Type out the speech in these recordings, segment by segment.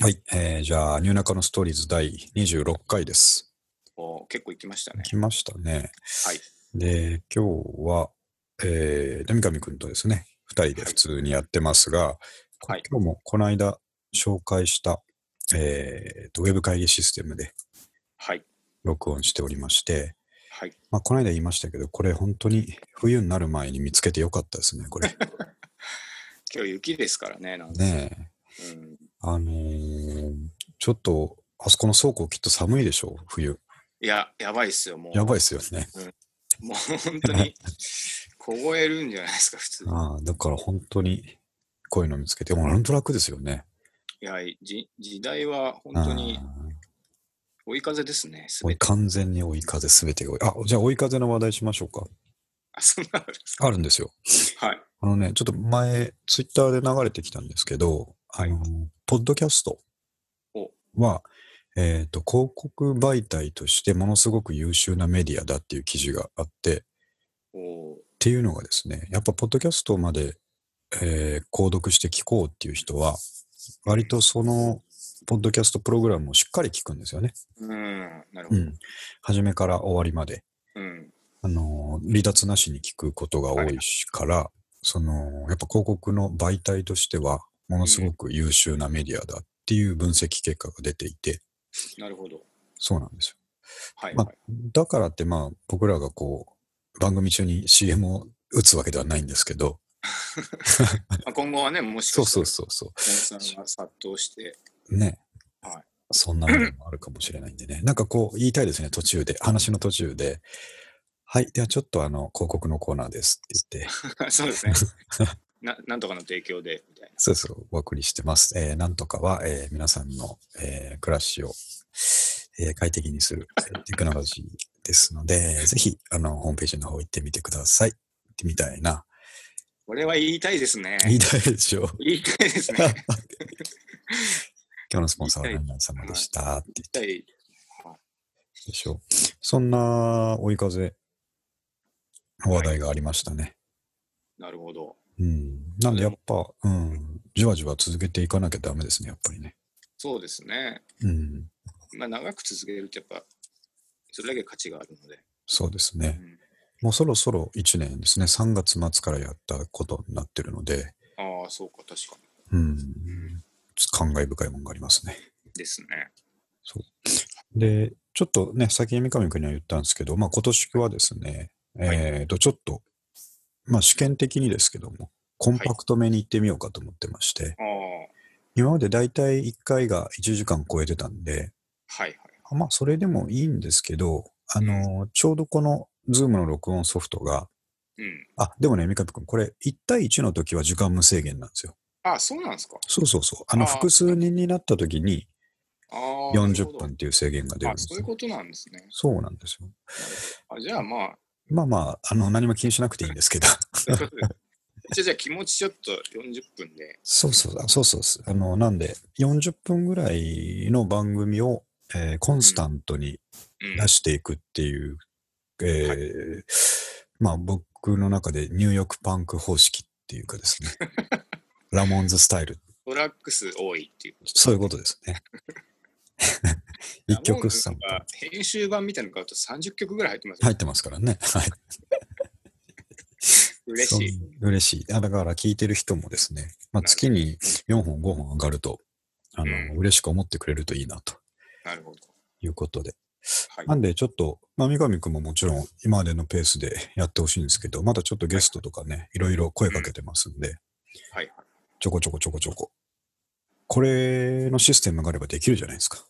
はい、えーじゃあ、ニューナカのストーリーズ第26回です。おー結構行きましたね。来ましたね。はい。で、今日は、えー、三上くんとですね、二人で普通にやってますが、こはい今日もこの間紹介した、えーと、ウェブ会議システムではい。録音しておりまして、はい。まあ、この間言いましたけど、これ本当に冬になる前に見つけてよかったですね、こ れ。今日雪ですからね、なんか。ねえ。うん、あのーちょっと、あそこの倉庫きっと寒いでしょう、冬。いや、やばいっすよ、もう。やばいですよね。もう本当に凍えるんじゃないですか、普通に。ああ、だから本当にこういうの見つけて、もうなんと楽ですよね。いやじ、時代は本当にああ追い風ですね、すもべうて。完全に追い風すべてが追い。あ、じゃあ追い風の話題しましょうか。あ、そんなのですか。あるんですよ。はい。あのね、ちょっと前、ツイッターで流れてきたんですけど、はいあの、ポッドキャストは、えっ、と、広告媒体としてものすごく優秀なメディアだっていう記事があって、っおーていうのがですね、やっぱポッドキャストまで、えー購読して聞こうっていう人は、割とその、ポッドキャストプログラムをしっかり聞くんですよね。うん、なるほうど。ん、初めから終わりまで、うん。あのー離脱なしに聞くことが多いしから、そのやっぱ広告の媒体としてはものすごく優秀なメディアだっていう分析結果が出ていて、なるほど。そうなんですよ。はい、まはあい。だからってまあ僕らがこう番組中に CM を打つわけではないんですけど、まあ、今後はね、もしそかうしたそうら、そうそさんが殺到して、 う、ね。はいそんなものもあるかもしれないんでね。なんかこう言いたいですね、途中で、話の途中で。はい、ではちょっとあの広告のコーナーですって言って、そうです ね。ななんとかの提供で、みたいな。そうそう、お送りしてます。えーなんとかは、えー皆さんの、えー暮らしを、えー快適にするえーテクノロジーですので、ぜひ、あの、ホームページの方行ってみてください。行ってみたいな。これは言いたいですね。言いたいでしょう。言いたいです ね。言い今日のスポンサーは何々様でした。って言ったい。たでしょう。そんな追い風、話題がありましたね。なるほど。うん。なんでやっぱ、うん、じわじわ続けていかなきゃダメですね、やっぱりね。そうですね。うん。まあ、長く続けるとやっぱ、それだけ価値があるので。そうですうね。ん、もうそろそろ1年ですね、3月末からやったことになってるので、ああ、そうか、確かうん、ん感慨深いものがありますね。に。ですね。で、ちょっとね、先に三上君には言ったんですけど、まあ、今年はですね、はいえっ、と、ちょっと、まあ、試験的にですけども、コンパクトめに行ってみようかと思ってまして、ああ、今までだいたい1回が1時間超えてたんで、はいはい。まあ、それでもいいんですけど、あのちょうどこの Zoom の録音ソフトが、うん。あ、でもね、三上君、これ1対1の時は時間無制限なんですよ。ああ、そうなんですか。そうそうそう。あの、あー複数人になった時にああ、 40なる分っていう制限が出ほど。るんあですそうよいうことなんですね。そうなんですよ。あじゃ あまあ、まあまあ、あの、何も気にしなくていいんですけど。 じゃあじゃあ気持ちちょっと40分で。そうそう、あそうそうそう。あの、なんで、40分ぐらいの番組を、えーコンスタントにうん出していくっていう、えーまあ僕の中でニューヨークパンク方式っていうか ですね。ラモンズスタイル。トラック数多いっていう。そういうことですね。 一曲さ三ん分。が編集版みたいなの買うと30曲ぐらい入ってますよ、入ってますからね。はい。嬉しい。そう。嬉しい。あだから聞いてる人もですね、まあ、なるほど月に4本、5本上がると、あの、うん嬉しく思ってくれるといいなとなるほど。いうことで。はいな。んでちょっと、まあ、三上くんももちろん今までのペースでやってほしいんですけど、まだちょっとゲストとかね、いろいろ声かけてますんで、はいはい。ちょこちょこちょこちょこ。これのシステムがあればできるじゃないですか。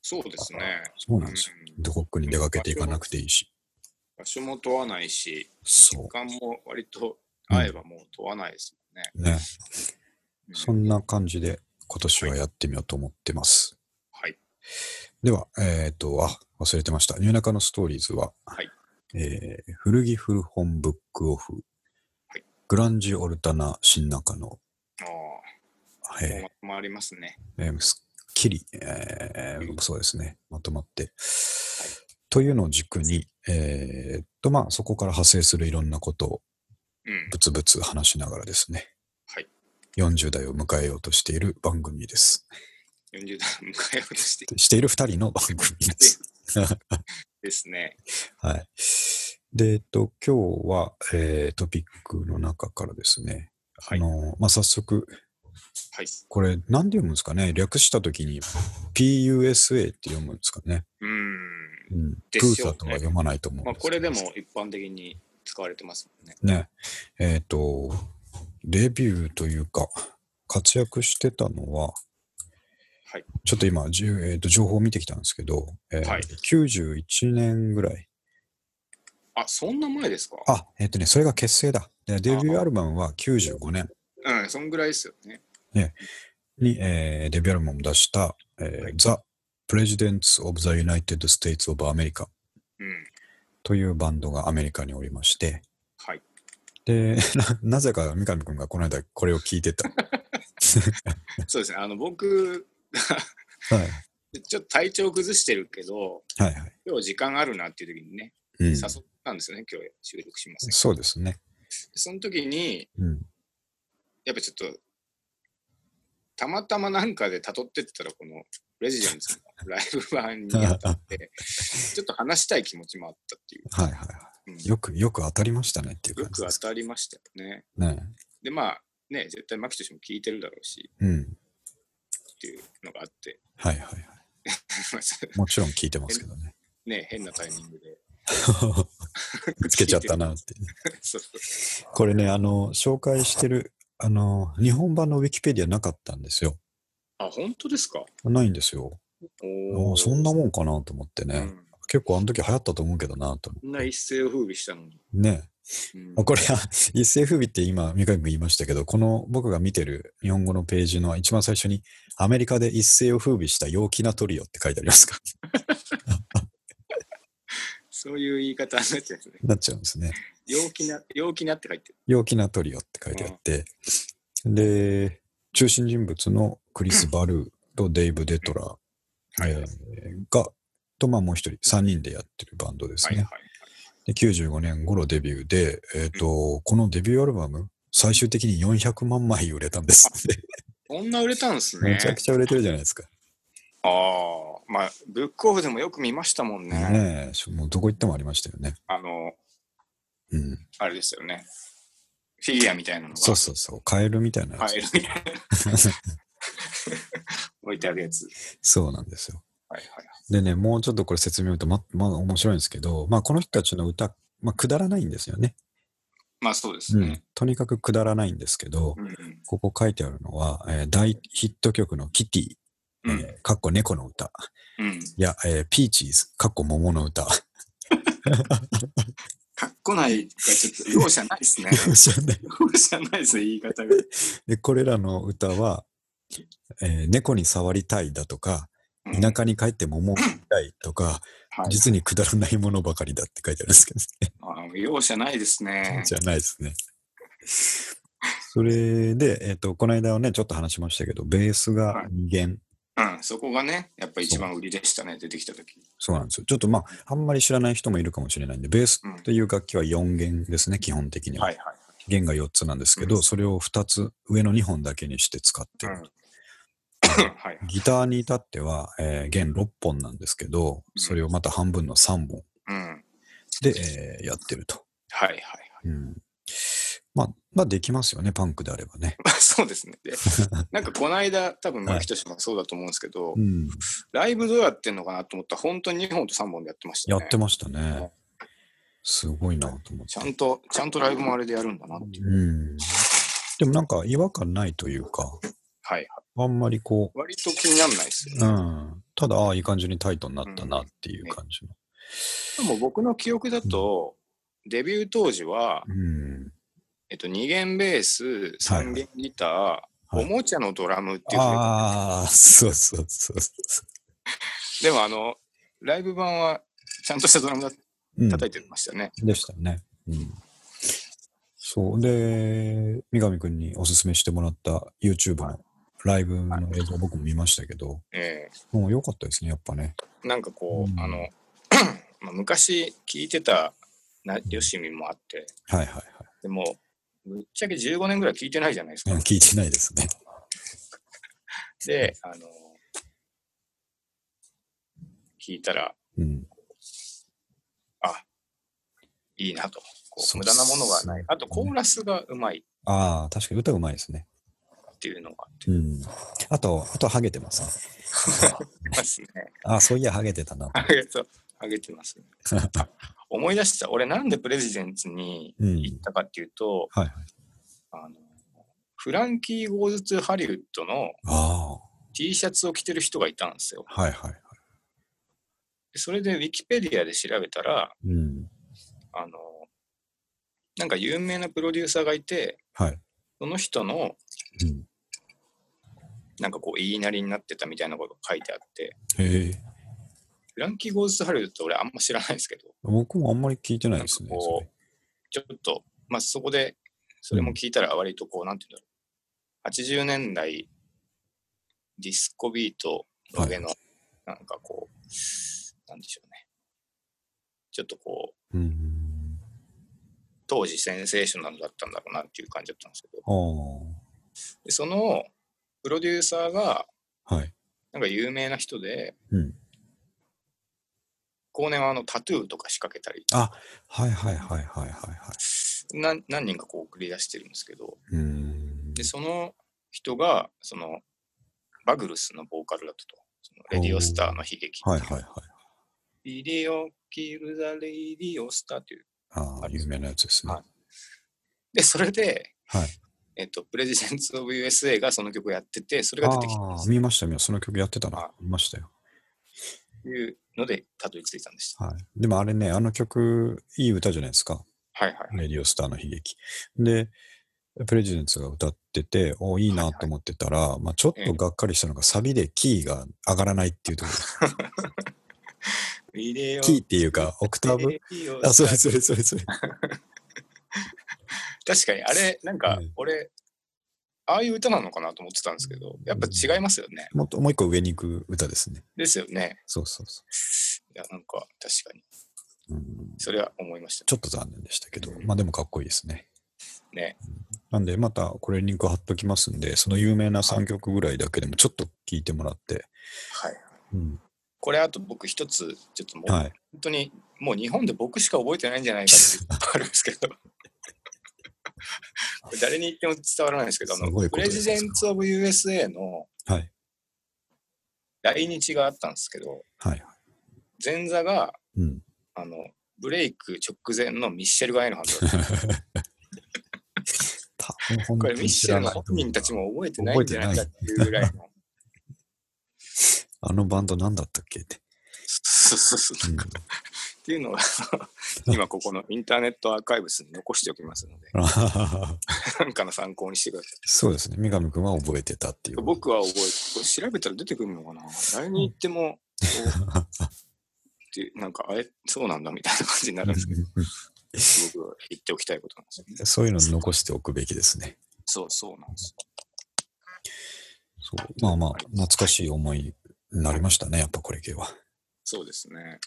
そうですね。そうなんですよ。うんどこかに出かけていかなくていいし。場所も問わないし、そ時間も割と会えばもう問わないですもんね。う。ね。うんそんな感じで今年はやってみようと思ってます。はい。では、えっ、と、あ、忘れてました。ニューナカのストーリーズは、はいえー古着古本ブックオフ、はいグランジオルタナ新中野、あえあ、ーもうまとまりますね。えーすっきり、えーそうですね、まとまって。というのを軸に、えーっと、まあ、そこから派生するいろんなことをうん。ぶつぶつ話しながらですね、はい40代を迎えようとしている番組です。 40代を迎えようとしているしている2人の番組 です。ですね。はい。で、えっと、今日は、えートピックの中からですね、はいあの、まあ、早速、はい。これ、なんで読むんですかね略したときに、PUSA って読むんですかね。うーん。うん。でプーしサょうねとは読まないと思うんまあ、すこけれどでも。一般的に使われてますもんね。ね。えっ、と、レビューというか、活躍してたのは、はい。ちょっと今、じゅえーと情報を見てきたんですけど、えーはい91年ぐらい。あ、そんな前ですかあ、えっ、とね、それが結成だ。でデビューアルバムは95年うん、そんぐらいですよね。に、えーデビューアルバムを出した、えーはい The Presidents of the United States of America うん。というバンドがアメリカにおりまして、はい。で、 ななぜか三上くんがこの間これを聞いて た。そうですね。あの、僕、はい。ちょっと体調崩してるけど、はいはい。今日時間あるなっていう時にね、うん、誘ったんですよね、今日収録しますね。そうですね。その時に、うん。やっぱちょっと、たまたまなんかで辿ってったら、このレジデンスのライブ 版にあたって、ちょっと話したい気持ちもあったっていう。はいはいはうんい。よく、よく当たりましたねっていうよ感くじです。当たりましたよね。ね。で、まあ、ね、絶対マキトシも聞いてるだろうしうん。っていうのがあって、 はいはいはい。もちろん聞いてますけどね。ね、変なタイミングで。 つけちゃったなって。そうそうこれね、あの、紹介してる、あの、日本版のウィキペディアなかったんですよ。あ、本当ですかないんですよ。おあーそんなもんかなと思ってね。うん結構あの時流行ったと思うけどなと思こんな一世を風靡したのに。う。ね。うんあこれ、あ 一世風靡って今、三上君言いましたけど、この僕が見てる日本語のページの一番最初に、アメリカで一世を風靡した陽気なトリオって書いてありますから。 そういう言い方になっちゃうんですね。なっちゃうんですね。陽気な、陽気なって書いてる。陽気なトリオって書いてあって、で、中心人物のクリス・バルーとデイブ・デトラー、はいえはーいが、と、まあもう一人、三人でやってるバンドですはいね。はい。で95年頃デビューで、えっ、と、このデビューアルバム、最終的に400万枚売れたんです。こんな売れたんですねめち。ゃくちゃ売れてるじゃないですか。ああ、まあ、ブックオフでもよく見ましたもんね。ねえ、もうどこ行ってもありましたよね。あの、うん。あれですよね。フィギュアみたいなのがそうそうそう、カエルみたいなやつ。入るみたいな。置いてあるやつ。 そうなんですよ。はいはい。でね、もうちょっとこれ説明を言うと、ま、まあ面白いんですけど、まあこの人たちの歌、まあくだらないんですよね。まあそうですうねん。。とにかくくだらないんですけど、うんうんここ書いてあるのは、えー大ヒット曲のキティ、うえんーかっこ猫の歌。ういん。や、えーピーチーズ、かっこ桃の歌。 かっこないがちょっと容赦ない ですね。容赦ないですね、言い方が。で、これらの歌は、えー猫に触りたいだとか、うん田舎に帰って桃を食いたいとか、はい実にくだらないものばかりだって書いてあるんですけどね。あの容赦ないですね。じゃないですね。それで、えっ、と、この間はね、ちょっと話しましたけど、ベースが2弦。うん、そこがね、やっぱ一番売りでしたね、出てきたとき。そうなんですよ。ちょっとまあ、あんまり知らない人もいるかもしれないんで、ベースという楽器は4弦ですね、基本的には。はいはい。弦が4つなんですけど、うんそれを2つ、上の2本だけにして使ってういんる。 はい。ギターに至っては、えー弦6本なんですけど、それをまた半分の3本うん。はいで、えーやってると。はいはい。 うん。まあ、まあ、できますよね、パンクであればね。まあそうですね。 で、なんかこの間、多分、牧俊もそうだと思うんですけど、うん。ライブどうやってんのかなと思ったら、本当に2本と3本でやってましたやね。ってましたねね。すごいなと思ってちゃんと、ちゃんとライブもあれでやるんだなっていう。うん。でもなんか違和感ないというか、はいはい。あんまりこ割と気にならないですよう、うん。ただ、ああ、いい感じにタイトになったなっていう感じの。でも僕の記憶だと、デビュー当時は、うん。えっと、2弦ベース、3弦ギター、いおもちゃのドラムっていうふうにああ、そうそうそうそでもあの、ライブ版はちゃんとしたドラムだう。うん叩いてましたね。でしたね。うん。そう。で、三上くんにおすすめしてもらった YouTube のライブの映像僕も見ましたけど、えもう良かったですね、やっぱね。えなんかこう、うんあの、 まあ、昔聞いてたなよしみもあって、はいはいでも、ぶっちゃけ15年ぐらい聞いてないじゃないですはい。か。聞いてないですね。で、あの、聞いたら、うん。あ、いいなと。こうそう無駄なものがない。あと、コーラスがうまいああ、確かに歌うまいですね。っていうのがあってうん。あと、あと、ハゲてますね。ますね。ああ、そういや、ハゲてたな。ありがとう。あげ てます、ね。思い出した。俺、なんでプレジデンツにうん。行ったかっていうと、はいはい。あのフランキー・ゴーズ・ツー・ハリウッドのあ T シャツを着てる人がいたんですよ。あ、はいはいはでそれでウィキペディアで調べたら、い。うん。あのなんか有名なプロデューサーがいて、はい。その人のうん。なんかこう言いなりになってたみたいなことが書いてあって、へえ。フランキー・ゴーズ・ツー・ハリウッド俺あんま知らないですけど、僕もあんまり聞いてないですねなん。かそこうれちょっと、まあ、そこで、それも聞いたら割とこう、なんていうんだろう。80年代、ディスコビートの上の、なんかこう、なんでしょうね。ちょっとこう、うん。当時センセーショナルだったんだろうなっていう感じだったんですけど、ああでそのプロデューサーが、。はい。なんか有名な人で、うん。後年はあのタトゥーとか仕掛けたり、はいはいはいはいはいは何何人かこう送り出してるんですけど、い。うん。で、その人が、その、バグルスのボーカルだったと。そのレディオスターの悲劇。はいはいはい。ビデオ、キルザ・レディオスターっていう。ああ、有名なやつですね。はいで、それで、はいえっと、プレジデンツ・オブ・ USA がその曲やってて、それがあ出てきたんであすー、見ました、見ました。その曲やってたなは。見ましたよ。っていうので、たどり着いたんでした。はい。でもあれね、あの曲、いい歌じゃないですか。はいはい。レディオスターの悲劇。で、プレジデンツが歌ってて、おいいなと思ってたら、まあ、ちょっとがっかりしたのが、サビでキーが上がらないっていうとこビデオろ、キーっていうか、オクターブレディオスターあ、それそれそれそれ。確かに、あれ、なんかうん、俺、ああいう歌なのかなと思ってたんですけど、やっぱ違いますよね。もっともう一個上に行く歌ですね。ですよね。そうそうそいや、なんか、確かに。う。うん、それは思いましたちょっと残念でしたけど、まあでもかっこいいですね。ね。なんで、またこれリンク貼っときますんで、その有名な3曲ぐらいだけでもちょっと聞いてもらって、はい。うん、これ、あと僕、一つ、ちょっともう、はい。本当にもう日本で僕しか覚えてないんじゃないかっていうのがあるんですけ どこれ誰に言っても伝わらないですけどあすごいのプことレですジデンツ・オブ・ USA のはい。来日があったんですけどはい。前座がうん。あのブレイク直前のミッシェル・ガイのはずだったた本こ当れミッにシ知ェらルのない本人たちも覚えてないんじゃないかっていうぐらいのあのバンド何だったっけって。そうそうそううなん んかっていうのが今ここのインターネットアーカイブスに残しておきますのでなんかの参考にしてください そうですね。三上君は覚えてたっていう。僕は覚えて、これ調べたら出てくるのかな誰に言っても、こうっていうなんか、あれ、そうなんだみたいな感じになるんですけ ど、僕は言っておきたいことなんですよね。そういうの残しておくべきですね。そうそうなんですよ。そうまあまあ、懐かしい思いになりましたね、やっぱこれ系は。そうですね。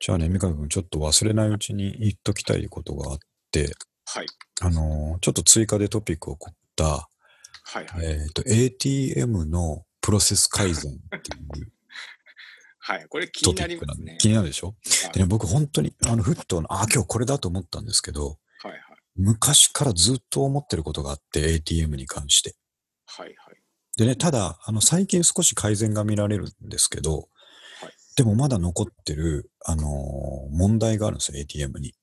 じゃあね、三上君、ちょっと忘れないうちに言っときたいことがあって、はい。あのーちょっと追加でトピックを送った、はいはい。えっ、と、ATM のプロセス改善っていうはい。これ気トにピなりックなまんすで、ね。気になるでしょはいでね、僕本当に、あの、ふっと、あ、今日これだと思ったんですけど、はいはい。昔からずっと思ってることがあって、ATM に関して。はいはい。でね、ただ、あの、最近少し改善が見られるんですけど、はいでもまだ残ってる、あのー問題があるんですよ、ATM に。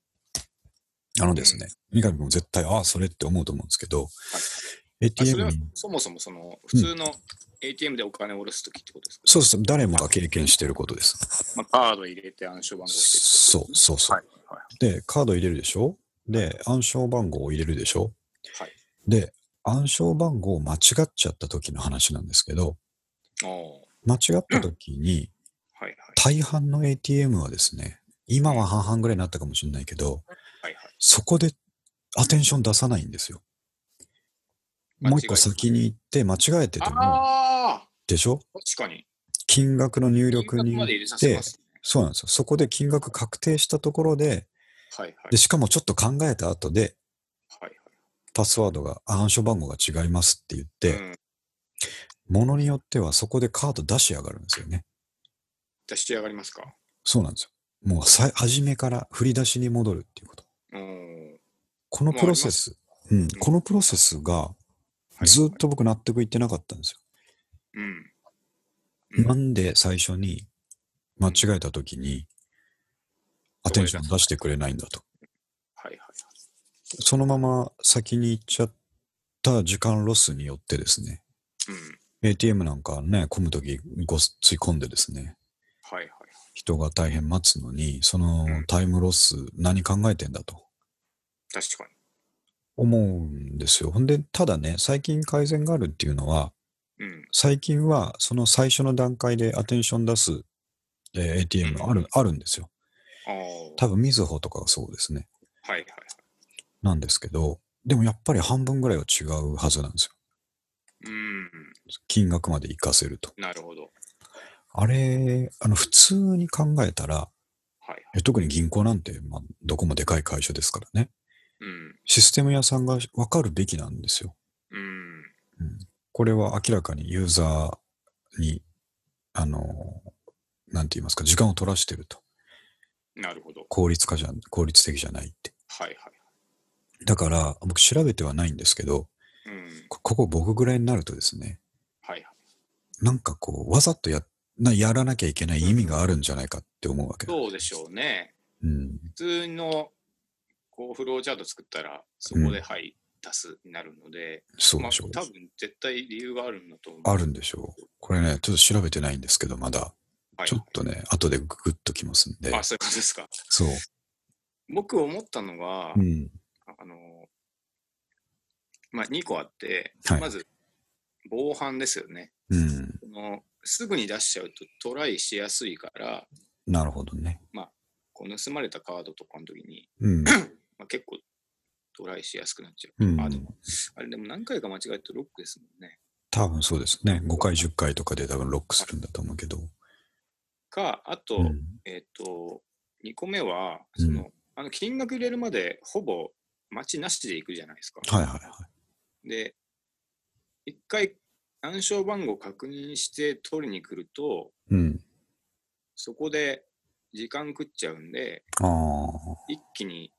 あのですね、三上君も絶対、ああ、それって思うと思うんですけど、あそれ ATM はに、そもそもその、普通の ATM でお金を下ろすときってことですか、そうそう、誰もが経験してることです。まあ、カード入れて暗証番号してそうそうそう。はいはい。で、カード入れるでしょで、暗証番号を入れるでしょはいで、暗証番号を間違っちゃった時の話なんですけど、おお間違った時に、ーはい大半の ATM はですね、今は半々ぐらいになったかもしれないけど、はい。はいはい。そこでアテンション出さないんですよ。もう一個先に行って間違えてても、ああでしょ確かに。金額の入力に金額行まで入れっさせてま、すね。そうなんですよ。そこで金額確定したところで、はいはいで、。しかもちょっと考えた後で、はいパスワードが、あ暗証番号が違いますって言っはい。て、うんものによってはそこでカード出し上がるんですよね。出し上がりますかそうなんですよ。もうさ初めから振り出しに戻るっていうこと。うん。このプロセス、うん、このプロセスがいずっと僕納得いってなかったんですよ。うん。うんなんで最初に間違えた時にアテンション出してくれないんだと。はいはいはい。そのまま先に行っちゃった時間ロスによってですね、うん。 ATM なんかね、混む時ごつい込んでですね、はいはい。人が大変待つのに、そのうんタイムロス何考えてんだと。確か思うんですよ。ほんで、ただね、最近改善があるっていうのは、に。うん。最近はその最初の段階でアテンション出す、えー ATM ある、あるんですよ。ああ。多分、みずほとかがそうですね。はいはい。なんですけど、でもやっぱり半分ぐらいは違うはずなんですよ。うん。金額まで活かせると。なるほど。あれ、あの、普通に考えたら、はい。え特に銀行なんて、まあ、どこもでかい会社ですからね。うん。システム屋さんがわかるべきなんですよ。うん。これは明らかにユーザーに、あの、なんて言いますか、時間を取らしてると。なるほど。効率化じゃん、効率的じゃないって。はいはだから、僕調べてはないんですけど、い。うん。こここ僕ぐらいになるとですね、はいはい。なんかこう、わざとや、なやらなきゃいけない意味があるんじゃないかって思うわけ。そうでしょうね。うん。普通のこうフローチャート作ったら、そこではい、出すになるので、そうまあでしょう。多分絶対理由があるんだと思う。あるんでしょう。これね、ちょっと調べてないんですけど、まだ。はいちょっとね、後でググっときますんで。あ、そういうことですか。そう。僕思ったのは、うん。あの、まあ、2個あって、はいまず、防犯ですよね。うん。そのすぐに出しちゃうとトライしやすいから、なるほどね。こう盗まれたカードとかの時に、うん。 まあ、結構トライしやすくなっちゃう。うんあでもあれでも何回か間違えるとロックですもんね。多分そうですね。5回、10回とかで多分ロックするんだと思うけど。か、あと、うんえっ、と、2個目は、うそんの、あの金額入れるまでほぼ待ちなしで行くじゃないですか。はいはいはで、一回暗証番号確認して取りに来ると、い。うん。そこで時間食っちゃうんで、ああ、一気に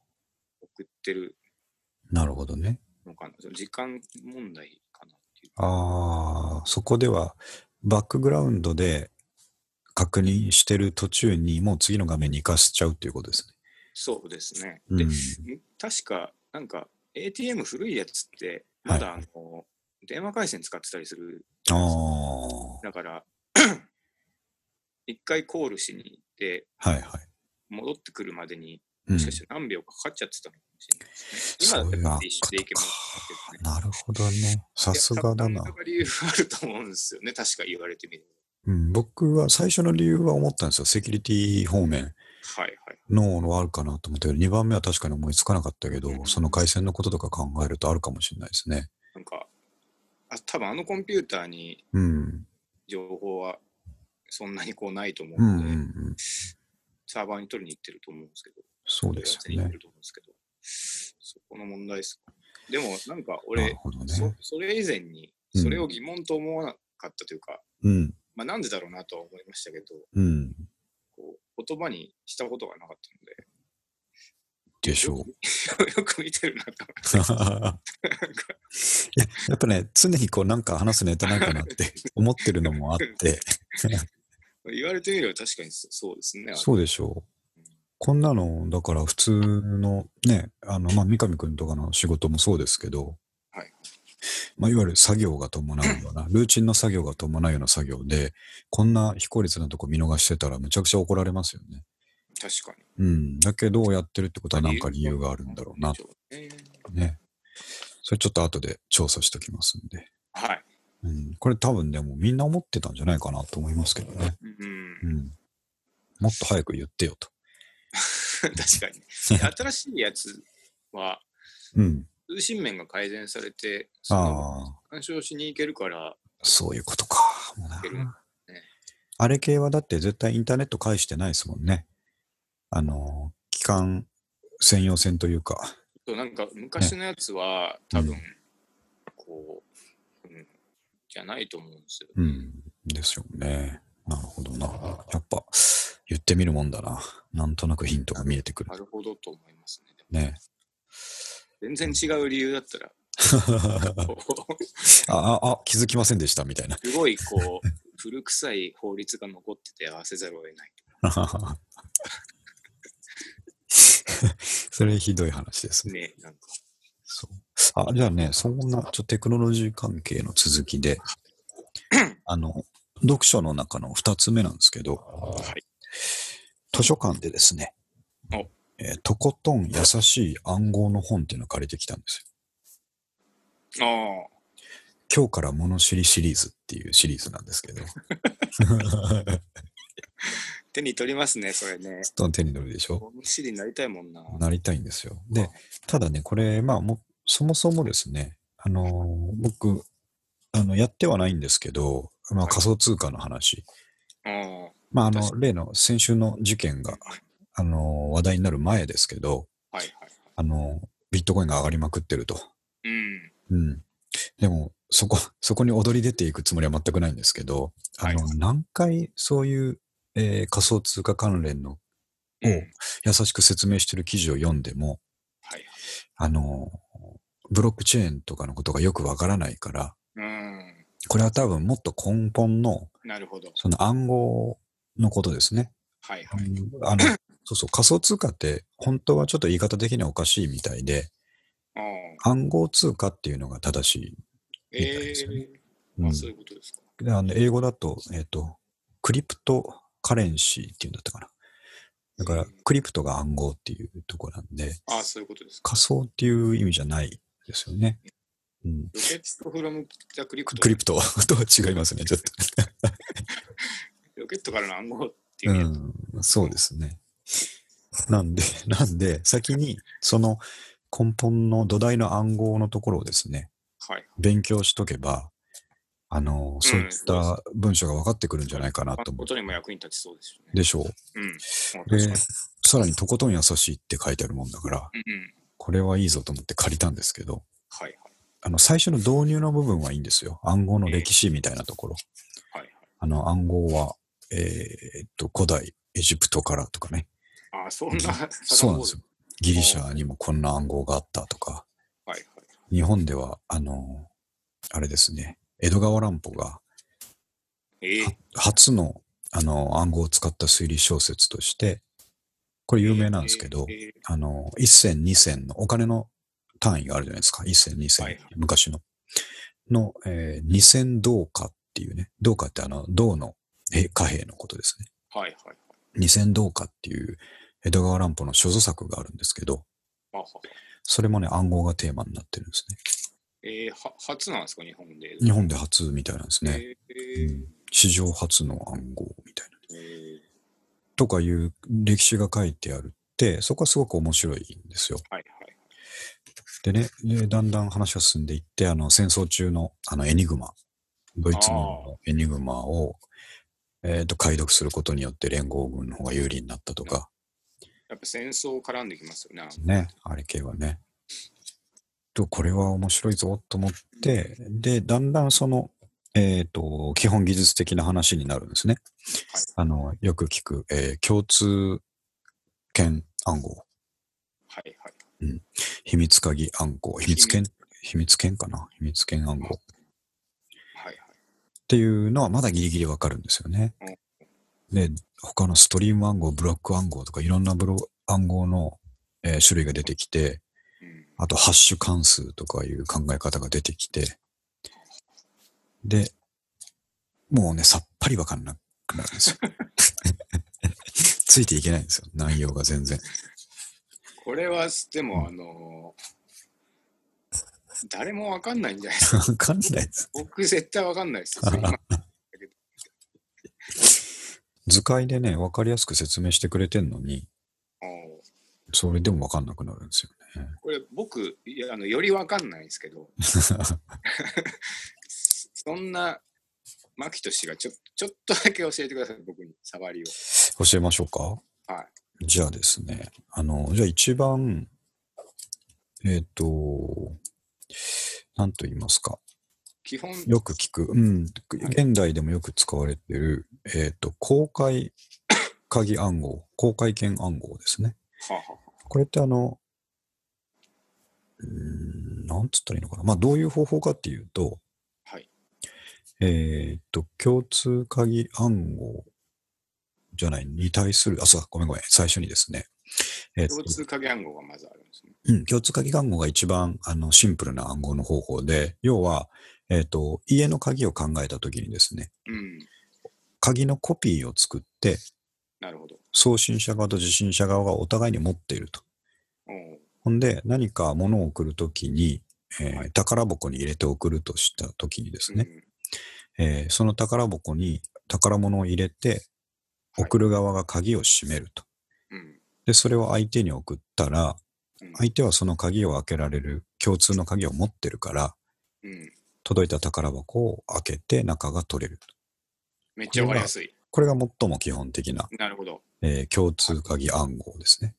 送ってるなるほどね。のかな。その時間問題かなっていう。ああ、そこではバックグラウンドで確認してる途中にもう次の画面に行かせちゃうっていうことですそうですね。ね。でうん、確か、なんか ATM 古いやつって、まだあはのい、電話回線使ってたりする。あだから、一回コールしに行って、あ、はいはい。戻ってくるまでに、うもんしかして何秒かかかっちゃってたのかもしれないですね。そ今だういっうたらわ一緒でいけけかますけどね。なるほどね。さすがだいやな多分何ら。か理由があると思うんですよね。確か言われてみるうん、僕は最初の理由は思ったんですよ。セキュリティ方面と。はいはい。のはあるかなと思ったけど、2番目は確かに思いつかなかったけど、その回線のこととか考えるとあるかもしれないですね。なんか、あ多分あのコンピューターにうん。情報はそんなにこうないと思ううんうんので、うん。サーバーに取りに行ってると思うんですけど、そうです問い合わよねせに行って。ると思うんですけど、そこの問題ですか。でもなんかな俺る、ほどそね。それ以前に、うんそれを疑問と思わなかったというか、うん、まあなんでだろうなとは思いましたけど、うん。こう言葉にしたことがなかっでしょう。 たので、よ く見てるなと思なんかいややっぱね、常にこうなんか話すネタないかなって思ってるのもあ って、言われてみれば確かにそそうですね。あれそうでしょう。こんなの、だから普通のね、あの、まあ、三上くんとかの仕事もそうですけど、はいまあ、いわゆる作業が伴うような、ルーチンの作業が伴うような作業で、こんな非効率なとこ見逃してたらむちゃくちゃ怒られますよね。確かに。うん。だけど、やってるってことはなんか理由があるんだろうな、えーね。それちょっと後で調査しときますんで。はい。うん、これ多分でもみんな思ってたんじゃないかなと思いますけどね。うんうん、もっと早く言ってよと。 確かに。新しいやつは、うん。通信面が改善されて、そのああ、干渉しに行けるから、そういうことか。もうなけるねあれ系はだって絶対インターネット返してないですもんね。あのー、機関専用線というか。そうなんか昔のやつは、多分、こう、うん、じゃないと思うんですよ。うん。ですよね。なるほどな。やっぱ、言ってみるもんだな。なんとなくヒントが見えてくるな。るほどと思いますね。でもね。 全然違う理由だったら、こうあ、あ、あ、気づきませんでした、みたいな。すごいこう、古臭い法律が残ってて合わせざるを得ない。 それひどい話ですね。ね、なんか。そうあじゃあね、そんなちょっとテクノロジー関係の続き で、あの、読書の中の2つ目なんですけど、はい図書館でですねお、えーとことん優しい暗号の本っていうのを借りてきたんですよ。あ今日から物知りシリーズっていうシリーズなんです けど、 あ、手に取りますね、それね。ずっと手に取るでしょおむしりになりたいもんな。なりたいんですよ。で、ただね、これ、まあもう、そもそもですね、あのー僕、あの、やってはないんですけど、まあ仮想通貨の話。うん。まあ、あ確の、例の先週の事件が、あのー話題になる前ですけど、はいはい。あのービットコインが上がりまくってると。うん。うん。でも、そこ、そこに踊り出ていくつもりは全くないんですけど、あの、は何回そういう、えー仮想通貨関連のうん。おう優しく説明してる記事を読んでも、はいあの、ブロックチェーンとかのことがよくわからないから、はい。これは多分もっと根本の、うん。なるほど。その暗号のことですね。はいはい。あの、そうそう、仮想通貨って本当はちょっと言い方的にはおかしいみたいで、ああ。暗号通貨っていうのが正しい。みたいえですよねえうんあ、そういうことですか。であの英語だと、えっ、と、クリプトカレンシーっていうんだったかな。だから、クリプトが暗号っていうとこなんで、ああ、そういうことですか。仮想っていう意味じゃないですよね。うん、ロケットフロムザクリプト。クリプト とは違いますね、ちょっと。ロケットからの暗号っていうう、ん、そうですね。なんで、なんで、先に、その根本の土台の暗号のところをですね、はい。勉強しとけば、あの、そういった文章が分かってくるんじゃないかなあと思こう。とにも役に立ちそうですよね。でしょう。うん。で、さらにとことん優しいって書いてあるもんだから、うんうん。これはいいぞと思って借りたんですけど、はいはい。あの、最初の導入の部分はいいんですよ。暗号の歴史みたいなところ。はいあの、暗号は、えーっと、古代エジプトからとかね。はい。ああ、そんな、そうなんですよ。ギリシャにもこんな暗号があったとか、はいはい。日本では、あの、あれですね、江戸川乱歩がええ初のあの暗号を使った推理小説として、これ有名なんですけどえ、えあの、一銭二銭のお金の単位があるじゃないですか、一銭二はい銭はい、昔の。の、えー二銭銅貨っていうね、銅貨ってあの、銅のえ貨幣のことですね。はいはいはい。二銭銅貨っていう江戸川乱歩の所蔵作があるんですけど、あははそれもね、暗号がテーマになってるんですね。ええは初なんですか、日本で。日本で初みたいなんですね。ええうん史上初の暗号みたいな。ええとかいう歴史が書いてあるって、そこはすごく面白いんですよ。はいはい。でね、えーだんだん話が進んでいって、あの、戦争中のあのエニグマ、ドイツ軍のエニグマを、えっ、と、解読することによって連合軍の方が有利になったとか、やっぱ戦争絡んできますよね。ね、あれ系はね。と、これは面白いぞと思って、で、だんだんその、えっ、と、基本技術的な話になるんですね。あの、よく聞く、えー共通鍵暗号、はいはい。秘密鍵暗号、秘密鍵、秘密鍵かな秘密鍵暗号っはいはい。ていうのはまだギリギリわかるんですよね。で、他のストリーム暗号、ブロック暗号とかいろんなブロ暗号の、えー種類が出てきて、うん、あとハッシュ関数とかいう考え方が出てきて、で、もうね、さっぱりわかんなくなるんですよ。 ついていけないんですよ、内容が全然。これは、でも、あのー誰もわかんないんじゃないですか。 わかんないです。僕、絶対わかんないですよ。それ今図解でね、わかりやすく説明してくれてんのに、おーそれでもわかんなくなるんですよね。これ、僕、いやあのよりわかんないんです けど、そんな、牧俊がちょちょっとだけ教えてください、僕に、サバリを。教えましょうかはじゃあですね、あの、じゃあ一番、えっ、と、なんと言いますか、基本、よく聞く、うん、現代でもよく使われてる、えっ、と、公開鍵暗号、公開券暗号ですね。はあはあこれってあの、うーんなんつったらいいのかな。まあ、どういう方法かっていうと、はい。えーっと、共通鍵暗号じゃない、に対する、あ、そうだ、ごめんごめん、最初にですね。えーっと共通鍵暗号がまずあるんですね。うん、共通鍵暗号が一番あのシンプルな暗号の方法で、要は、えーっと、家の鍵を考えたときにですね、うん。鍵のコピーを作って、なるほど。送信者側と受信者側がお互いに持っていると。おーほんで、何か物を送るときに、えーは宝箱に入れて送るとしたときにですね、うんえーその宝箱に宝物を入れて、はい送る側が鍵を閉めると。うん。で、それを相手に送ったら、うん相手はその鍵を開けられる共通の鍵を持ってるから、うん。届いた宝箱を開けて中が取れる。めっちゃわかりやすい。これが最も基本的な、なるほど。えー共通鍵暗号ですね。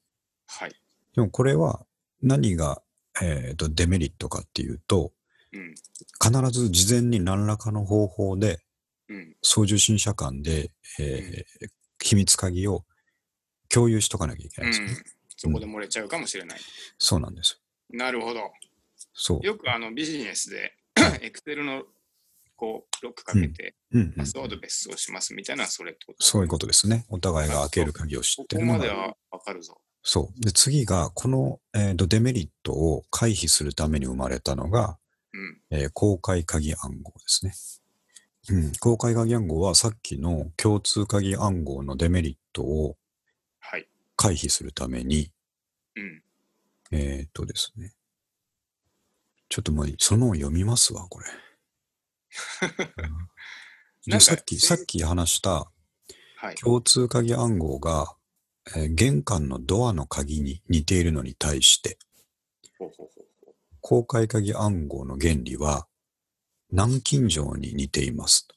はい。でもこれは何が、えーとデメリットかっていうと、うん。必ず事前に何らかの方法でうん。送受信者間で、えー秘密鍵を共有しとかなきゃいけなういんんですよね。。そこで漏れちゃうかもしれない。そうなんですよ。なるほど。そう。よくあのビジネスで、 エクセルのこうロックかけて、うんうパん、スワード別荘しますみたいなのはそれってこと。そういうことですね。お互いが開ける鍵を知っこてこるのまでが。はわかるぞ。そう。で、次が、この、えーとデメリットを回避するために生まれたのが、うん。えー公開鍵暗号ですね。うん、公開鍵暗号はさっきの共通鍵暗号のデメリットをはい。回避するために、うん。えー、っとですね。ちょっともうそのまま読みますわ、 これ。うんなでんかさっき、さっき話したはい。共通鍵暗号が、えー玄関のドアの鍵に似ているのに対して、ほうほうほうほう。公開鍵暗号の原理は、南京錠に似ていますと。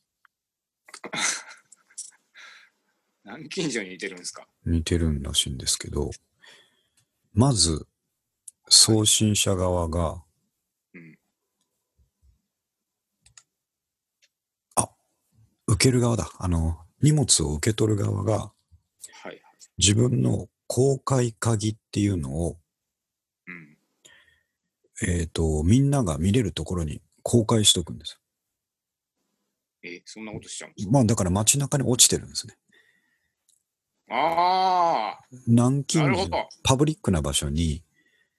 南京錠に似てるんですか似てるらしいんですけど、まず、送信者側が、うん。受ける側だ。あの、荷物を受け取る側が、はいはい。自分の公開鍵っていうのを、うん。えっ、と、みんなが見れるところに公開しとくんです。え、そんなことしちゃうんまあ、だから街中に落ちてるんですね。あ南あ、京なるほ錠ど。、パブリックな場所に、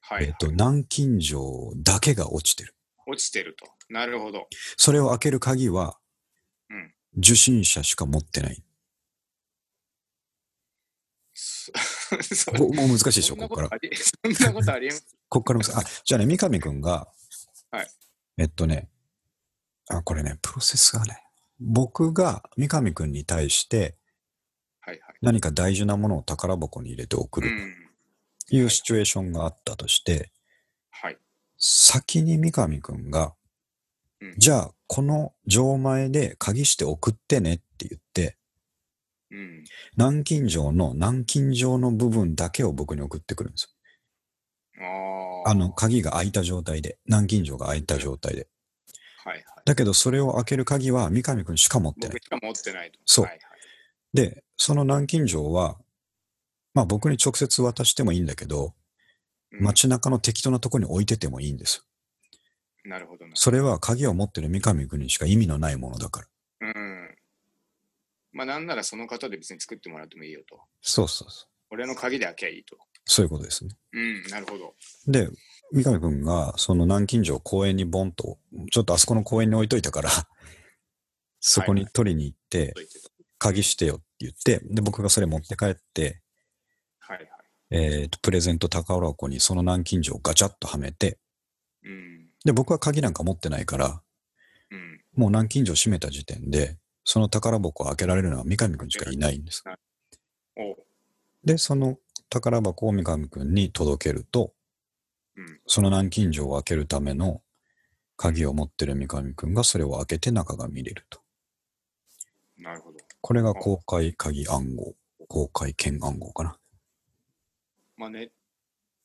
はい、えっ、と、南京錠だけが落ちてる。落ちてると。なるほど。それを開ける鍵はうん、受信者しか持ってない。そ そここもう難しいでしそょ、んここなこからと。あり そんなことありえます。こっからもさ、あ、じゃあね、三上くんが、はい。えっとね、あ、これね、プロセスがね、僕が三上くんに対してはいはい。何か大事なものを宝箱に入れて送うるん。というシチュエーションがあったとして、はい。先に三上くんがうん、じゃあ、この錠前で鍵して送ってねって言って、うん。南京錠の南京錠の部分だけを僕に送ってくるんですよ。ああ。あの、鍵が開いた状態で、南京錠が開いた状態で。はいはい。だけど、それを開ける鍵は三上くんしか持ってない僕。しか持ってないと。そうはいはい、で、その南京錠は、まあ僕に直接渡してもいいんだけど、うん街中の適当なところに置いててもいいんですよ。なるほどな。それは鍵を持ってる三上君にしか意味のないものだから。うん。まあなんならその方で別に作ってもらってもいいよと。そうそうそう。俺の鍵で開けばいいと。そういうことですね。うん、なるほど。で、三上君がその南京錠を公園にボンと、ちょっとあそこの公園に置いといたから、そこに取りに行って、と言ってた鍵してよって言って、で、僕がそれ持って帰って、はいはい。えっ、と、プレゼント宝箱にその南京錠をガチャッとはめて、うん。で、僕は鍵なんか持ってないから、うん。もう南京錠閉めた時点で、その宝箱を開けられるのは三上くんしかいないんです。おうで、その宝箱を三上くんに届けると、うん。その南京錠を開けるための鍵を持ってる三上くんがそれを開けて中が見れると。なるほど。これが公開鍵暗号、公開鍵暗号かな。まあネ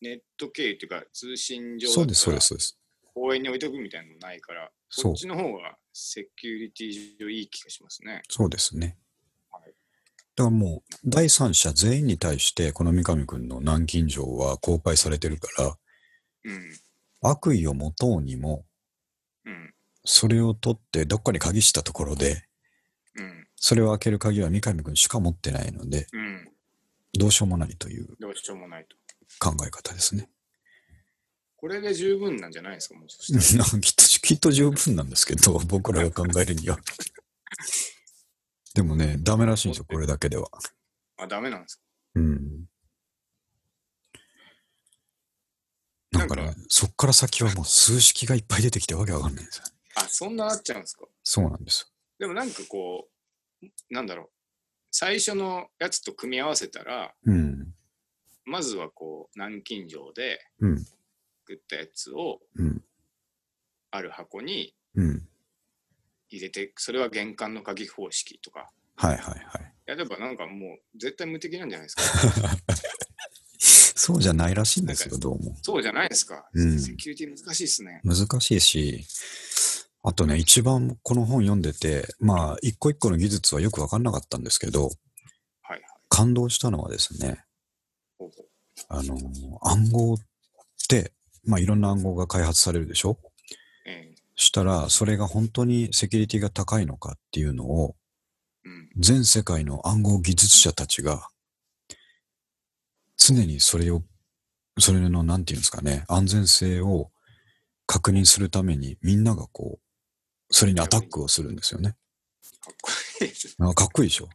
ネット経由っていうか通信上だったらそうです、そうです、そうです。公園に置いとくみたいなのないから、そうこっちの方がセキュリティ上いい気がしますね。そうですね。はいだからもう、第三者全員に対して、この三上くんの南京錠は公開されてるかうん。ら、悪意を持とうにも、うん。それを取って、どっかに鍵したところで、うん。それを開ける鍵は三上くんしか持ってないので、うん。どうしようもないというどうしようもないと。考え方ですね。 これで十分なんじゃないですか、もうそきしったとら。、きっと十分なんですけど、僕らが考えるに は。でもね、ダメらしいんですよ、これだけでは。あ、ダメなんですか。うん。なんかなねん、そっから先はもう数式がいっぱい出てきてわけわかんないんですよ。あ、そんななっちゃうんですか。そうなんですでもなんかこう、なんだろう。最初のやつと組み合わせたら、よ。うん。まずはこう、南京錠でうん。作ったやつを、うん。ある箱にうん。入れて、それは玄関の鍵方式とか。はいはいはい。やればなんかもう絶対無敵なんじ ゃないですか。そうじゃないらしいんですよ、どうも。そうじゃないですか。うんセキュリティ難しいですね。難しいし、あとね、一番この本読んでて、まあ、一個一個の技術はよくわかんなかったんですけど、はいはい。感動したのはですね、ほうほうあの、暗号って、まあ、いろんな暗号が開発されるでしょええしたら、それが本当にセキュリティが高いのかっていうのを、うん。全世界の暗号技術者たちが、常にそれを、それの、なんていうんですかね、安全性を確認するために、みんながこう、それにアタックをするんですよね。かっこいいです。なんかかっこいいでしょ。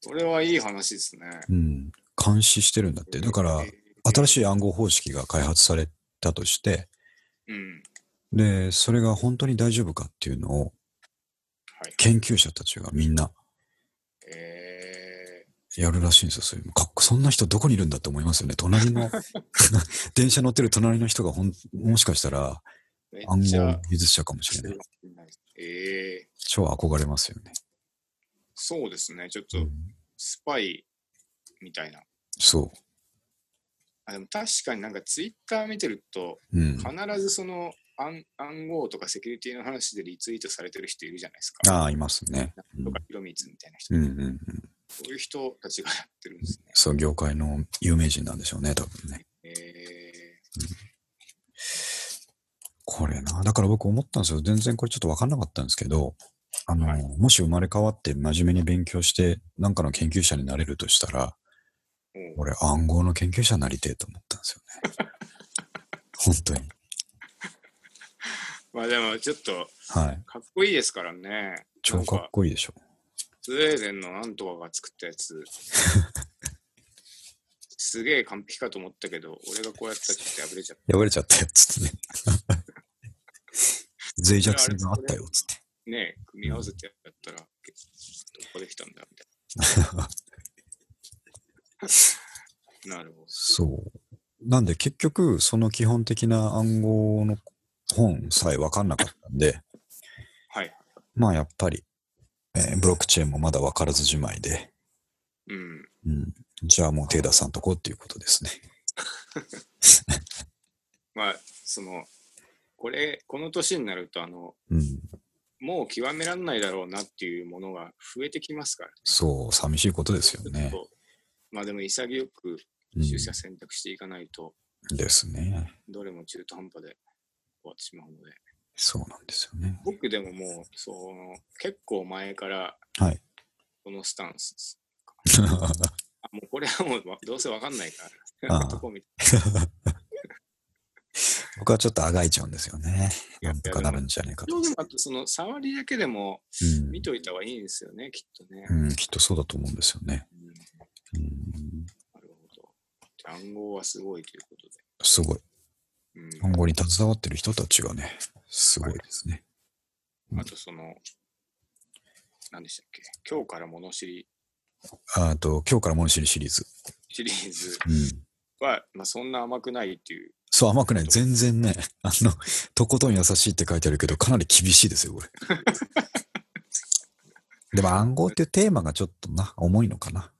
それはいい話ですね。うん。監視してるんだって。だから、新しい暗号方式が開発されたとして、い。うん。で、それが本当に大丈夫かっていうのを、はい。研究者たちがみんなえやるらしいんですよ。そういうかっこそんな人どこにいるんだって思いますよね。隣 の、電車乗ってる隣の人がほん、もしかしたらー、め暗っちゃ号、技術者かもしれない。ええ超憧れますよね。そうですね。ちょっうとん、スパイみたいな。そあでも確かになんかツイッター見てると、う。うん。必ずその暗暗号とかセキュリティの話でリツイートされてる人いるじゃないですか。ああ、いますね。うんとか、ヒロミツみたいな人。うんうんうん。そういう人たちがやってるんですね。そう、業界の有名人なんでしょうね、多分ね。えこれな。だから僕思ったんですよ。全然これちょっと分かんなかったんですけど、あの、はいもし生まれ変わって真面目に勉強して、なんかの研究者になれるとしたら、ー、おう俺暗号の研究者になりてえと思ったんですよね。 本当に。まあでもちょっとはい。かっこいいですからね。超かなんっこいいでしょ。スウェーデンのなんとかが作ったや つ。すげえ完璧かと思ったけど、俺がこうやったらちょっと破れちゃっ破れちゃったよ、つ ってね。脆弱性があったよ、つって。た。ねえ組み合わせてやったら、どこできたんだみた いな。なるほど。そう。なんで結局、その基本的な暗号の本さえ分かんなかったんで、 はい。まあやっぱり、えーブロックチェーンもまだ分からずじまいで、うん。うん、じゃあもう手出さんとこうっていうことですね。まあ、その、これ、この年になると、あの、うん、もう極めらんないだろうなっていうものが増えてきますからね。そう、寂しいことですよねち。ょっとまあでも潔くうん、取捨選択していかないと、ですね。どれも中途半端で終わってしまうので。そうなんですよね。 僕でももう、その、結構前から、はい。このスタンスです。あもうこれはもうわどうせわかんないから、ああとこ見て僕はちょっとあがいちゃうんですよね。なんとかなるんじゃないかでと。もあとその触りだけでも見うといた方がいいんですよね、きっとね。ん、うん、きっとそうだと思うんですよね。うんうん、なるほど。暗号はすごいということで。すごい。うん今後に携わってる人たちがね、すごいですね。あとその、何でしたっけ今日から物知りあと、今日から物知りシリーズ。シリーズうん。は、まあ、そんな甘くないっていう。そう、甘くない。全然ね、あの、とことん優しいって書いてあるけど、かなり厳しいですよ、これ。 でも暗号っていうテーマがちょっとな、重いのかな。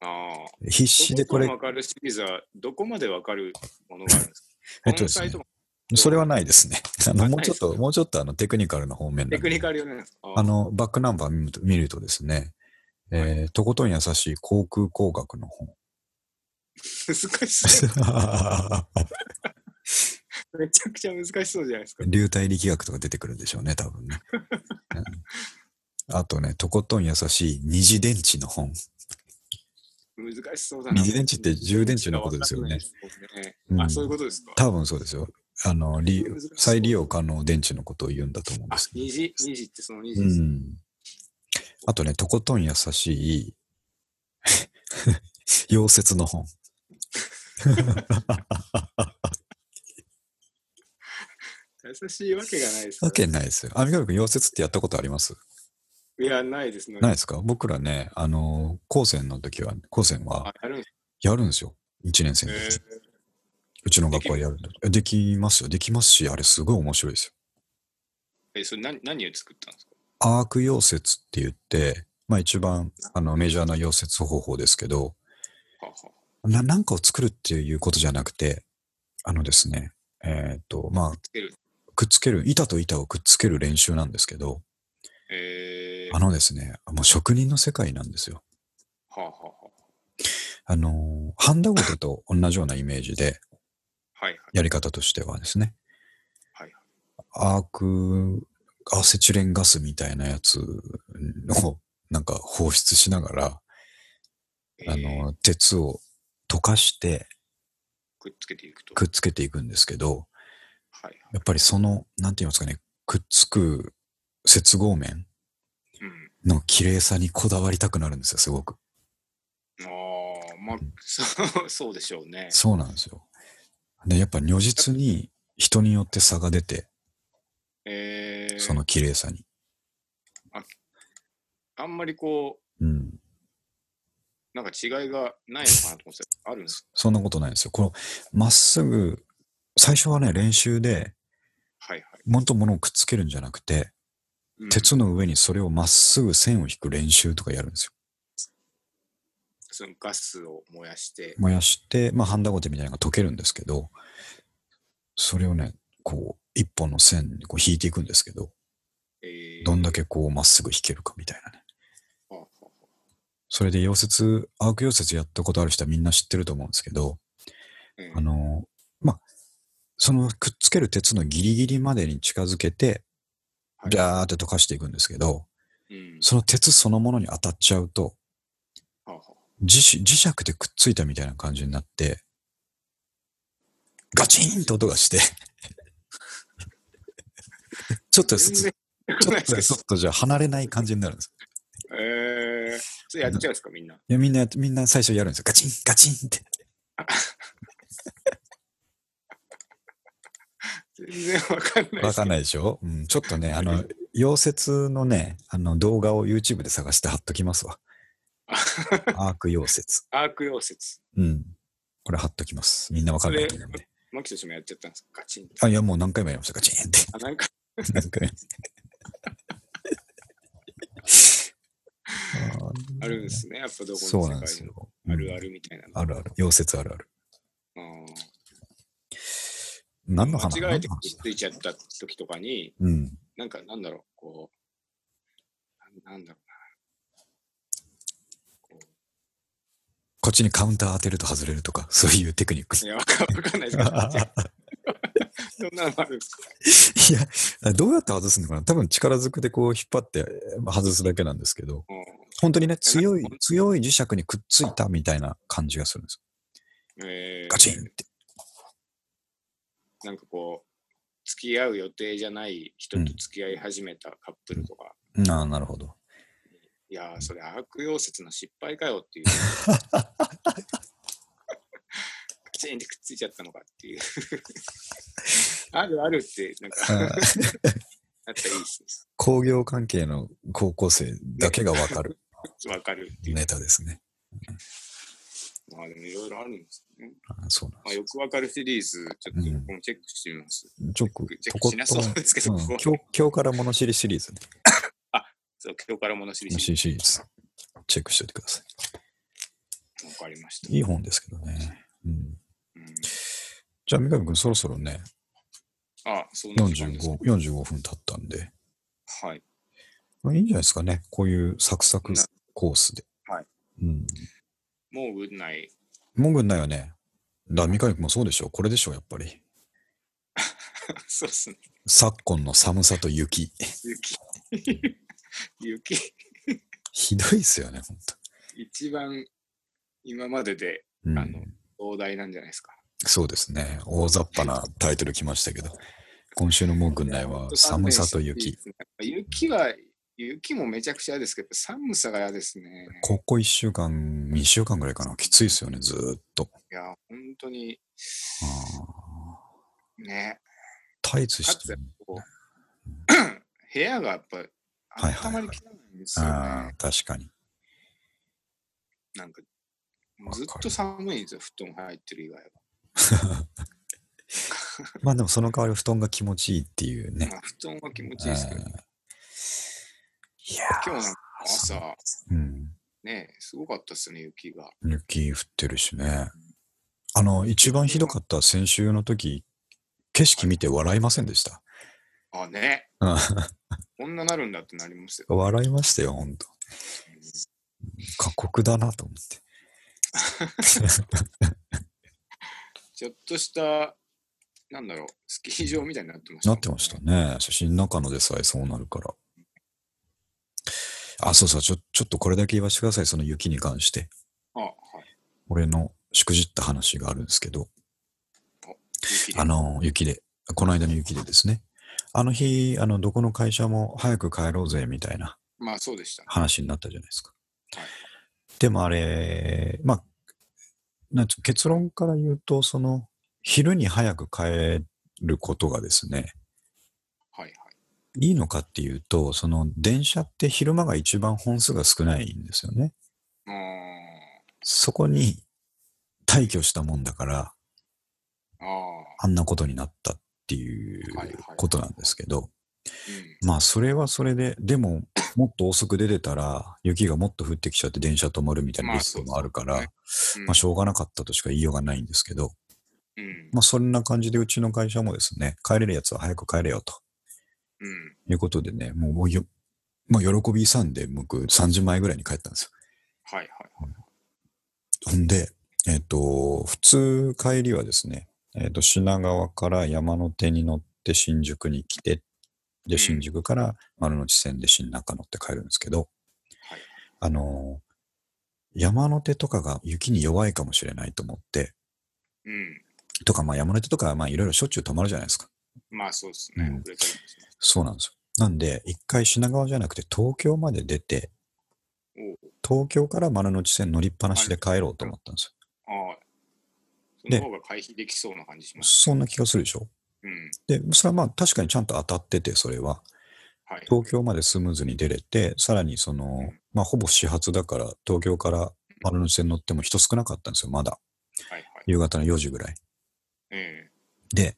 ああ。必死でこれどこま、でわかるシリーズは、どこまでわかるものがあるんですかえっとですねこのサイトもそれはないですね。あの、あもうちょっなと、もうちょっとあの、テクニカルな方面なんでテクニカルよね。ああの、バックナンバー見ると見るとですね、えーとことん優しい航空工学の 本。難しそう。めちゃくちゃ難しそうじゃないですか。流体力学とか出てくるんでしょうね、多分ね。うんあとね、とことん優しい二次電池の本。難しそうだな。二次電池って充電池のことですよね。わかんないですうもんね。んあ、そういうことですか。多分そうですよ。あの、利難しそう再利用可能電池のことを言うんだと思うんあです、けど。二次、二次ってその二次うです。ん。あとね、とことん優しい 溶接の本。優しいわけがないですからわけないですよ。あ、みか君、溶接ってやったことありますいや、ないですね。ないですか僕らね、あの、高専の時は、高専あは、やるんですやるんですよ。1年生の時、ね。うちの学校はやるんだえできますよ。できますし、あれすごい面白いですよ。え、それ何、何を作ったんですかアーク溶接って言って、まあ一番あのメジャーな溶接方法ですけど、ははななんかを作るっていうことじゃなくて、あのですね、えっ、と、まあ、つける。くっつける、板と板をくっつける練習なんですけど、えー、あのですね、もう職人の世界なんですよ。はあはあはあの、ハンダごとと同じようなイメージで、あはいはい。やり方としてはですね、はいはいアークアセチレンガスみたいなやつをなんか放出しながら、えあーの、鉄を溶かしてくっつけていくと。くっつけていくんですけど、はいはい。やっぱりその、なんて言いますかね、くっつく接合面うん。の綺麗さにこだわりたくなるんですよ、すごく。ああ、まあうん、そう、 そうでしょうね。そうなんですよ。で、やっぱ如実に人によって差が出て、えー、その綺麗さに。あんまりこうん。う、なんか違いがないのかなと思ってたあるんですそんなことないんですよ。この、まっすぐ、最初はね、練習で、はいはい。もんとものをくっつけるんじゃなくて、うん鉄の上にそれをまっすぐ線を引く練習とかやるんですよ。そのガスを燃やして、燃やして、まあ、ハンダゴテみたいなのが溶けるんですけど、それをね、こう、一本の線にこう引いていくんですけど、えー、どんだけこう、まっすぐ引けるかみたいなね。はあはあはあそれで溶接、アーク溶接やったことある人はみんな知ってると思うんですけど、うんあの、まあ、そのくっつける鉄のギリギリまでに近づけて、はいジャーって溶かしていくんですけど、うんその鉄そのものに当たっちゃうと、はあはあ磁石磁石でくっついたみたいな感じになって、ガチーンと音がして、 ちょっと、全ちょ然っと、ちょっとじゃあ離れない感じになるんです。えー、それやっちゃうんですか、みんな。いやみんなやって、みんな最初やるんですよ。ガチン、ガチンって。全然わかんないでわす。かんないでしょうん、ちょっとね、あ の、溶接のね、あの動画を YouTube で探して貼っときます わ。アーク溶接。アーク溶接。うん。これ貼っときます。みんなわかんないと思うんで。マキトシもやっちゃったんですかガチン。あ、いや、もう何回もやりました。ガチンって。 あ、なんか、何回も。あるんですね。やっぱどこの世界そうなんですよ。あるある。るみたいなの。あるある。溶接あるある。うん何の話間違えて何のくっ話だついちゃった時とかに、うん。なんか、なんだろう、こう、なんなんだろうな。ここっちにカウンター当てると外れるとか、そういうテクニックうい。や、わかわかんない ですけど、そんなのあるんですいかや、どうやって外すのかな多分力ずくでこう引っ張ってまあ外すだけなんですけど、う本当にね、強いなんか、強い磁石にくっついたみたいな感じがするんですよ。んえーガチンって。なんかこう、付き合う予定じゃない人と付き合い始めたカップルとか、ああ、なるほど。いやー、それ悪用説の失敗かよっ ていう。ガチンってくっついちゃったのかっていう。あるあるって、なんか、なあったー らいいです工業関係の高校生だけがわかるね。わかるっていう。ネタですね。まあでもいろいろあるんですね。あーそうなんでまあ、すよよくわかるシリーズ、ちょっとうん僕もチェックしてみます。ちょっとチとェックこしなっとそもうですけど、うんこう今日今日から物知りシリーズね。そう今日から物知り物シ知リーりシリーズ。チェックしておいてくださズ。わかりました。い。いい本ですけどね。うん、うんじゃあ、三上君、そろそろね、あ、そうなんですね。 45, 45分経ったんで、はい。まあ、いいんじゃないですかね。こういうサクサクなコースで。はい。うん。もうぐんない。 文句ないよね。ラミカ力もそうでしょ。これでしょ、やっぱり。そうっすね。昨今の寒さと雪。 雪。 雪。ひどいっすよね、ほんと。一番今まででうん、あの壮大なんじゃないですか。そうですね。大雑把なタイトル来ましたけど。今週の文句ないは寒さと雪。。雪は、雪もめちゃくちゃ嫌ですけど、寒さが嫌ですね。ここ1週間、2週間ぐらいかな。きついっすよね、ずーっと。いや、本当にあね、ータイツかしてつる。こう 部屋がやっぱいはい温まりきらないんですよね。ああ、確かに。なんかわかるずっと寒いんですよ、布団入ってる以外は。まあでもその代わり布団が気持ちいいっていうね。まあ、布団は気持ちいいですけど、うんいや今日なんか寒朝、ー、うん。ね、すごかったですね、雪が。雪降ってるしね。あの、一番ひどかった先週の時、景色見て笑いませんでした。あ、ね、うんこんななるんだってなりますよ。 笑いましたよ、ほんと。過酷だなと思って。ちょっとした、なんだろう、スキー場みたいになってました、なってました。ね。写真の中のでさえそうなるから。あ、そうそう、ちょ、ちょっとこれだけ言わせてください、その雪に関して。あ、はい。俺のしくじった話があるんですけど、雪であの、雪で、この間の雪でですね。あの日、あの、どこの会社も早く帰ろうぜ、みたいなまあそうでしたね。話になったじゃないですかはい。でもあれ、まあ、なんつう結論から言うと、その、昼に早く帰ることがですね、はいはい。いいのかっていうと、その電車って昼間が一番本数が少ないんですよね。うそこに退去したもんだから、ーん。ああ。あんなことになったっていうはいはいことなんですけど、うん。まあそれはそれで、でももっと遅く出てたら雪がもっと降ってきちゃって電車止まるみたいなまあリスクもあるから、そまうあでしょうがなかったとしか言いようがないんですけど、うん。まあそんな感じでうちの会社もですね、帰れるやつは早く帰れよとうん。いうことでね、もうもうよ、まあ喜びさんで僕3時前ぐらいに帰ったんですよはいはい。ほんで、えっ、と、普通帰りはですね、えっ、と、品川から山手に乗って新宿に来て、んで、新宿から丸の内線で新中乗って帰るんですけど、はい。あのー山手とかが雪に弱いかもしれないと思って、うん。とか、まあ山手とかはまあいろいろしょっちゅう止まるじゃないですか。まあそうですね。うん遅れたりもします。そうなんですよ。なんで、一回品川じゃなくて東京まで出て、おう東京から丸の内線乗りっぱなしで帰ろうと思ったんですああ。そでの方が回避できそうな感じしよ。ます。そんな気がするでしょうん。で、それはまあ確かにちゃんと当たってて、それは。はい。東京までスムーズに出れて、さらにその、まあ、ほぼ始発だから、東京から丸の内線乗っても人少なかったんですよ、まだ。はいはい。夕方の4時ぐらい。えで、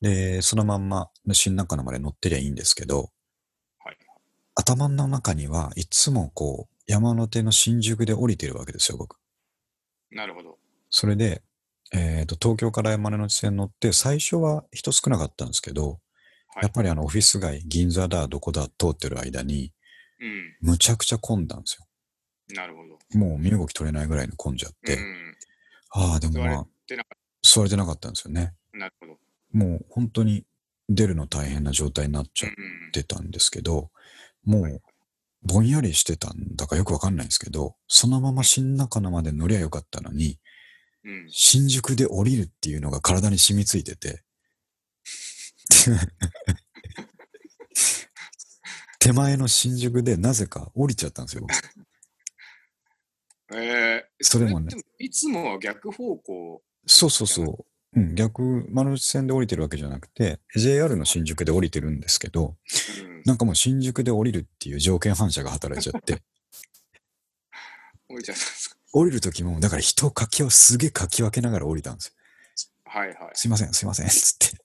で、そのまんま、新中野まで乗ってりゃいいんですけど、えはい。頭の中にはいつもこう、山手の新宿で降りてるわけですよ、僕。なるほど。それで、えっ、と、東京から山手の線乗って、最初は人少なかったんですけど、はい。やっぱりあの、オフィス街、銀座だ、どこだ、通ってる間に、うん。むちゃくちゃ混んだんですよ。なるほど。もう身動き取れないぐらいの混んじゃっうて、ん。ああ、でも座まれあ、てなかっ座れてなかったんですよね。た。なるほど。もう本当に出るの大変な状態になっうちゃっん。てたんですけど、もうぼんやりしてたんだかよくわかんないんですけど、そのまま新中野まで乗りゃよかったのに、うん。新宿で降りるっていうのが体に染みついてて、手前の新宿でなぜか降りちゃったんですよ。僕ええそれもねでいつもは逆方向。そうそうそう。うん、逆、丸内線で降りてるわけじゃなくて、JR の新宿で降りてるんですけど、うん。なんかもう新宿で降りるっていう条件反射が働いちゃって、降りちゃったんですか。降りる時も、だから人をかきをすげえかき分けながら降りたんですよ。はいはい。すいません、すいません、つって。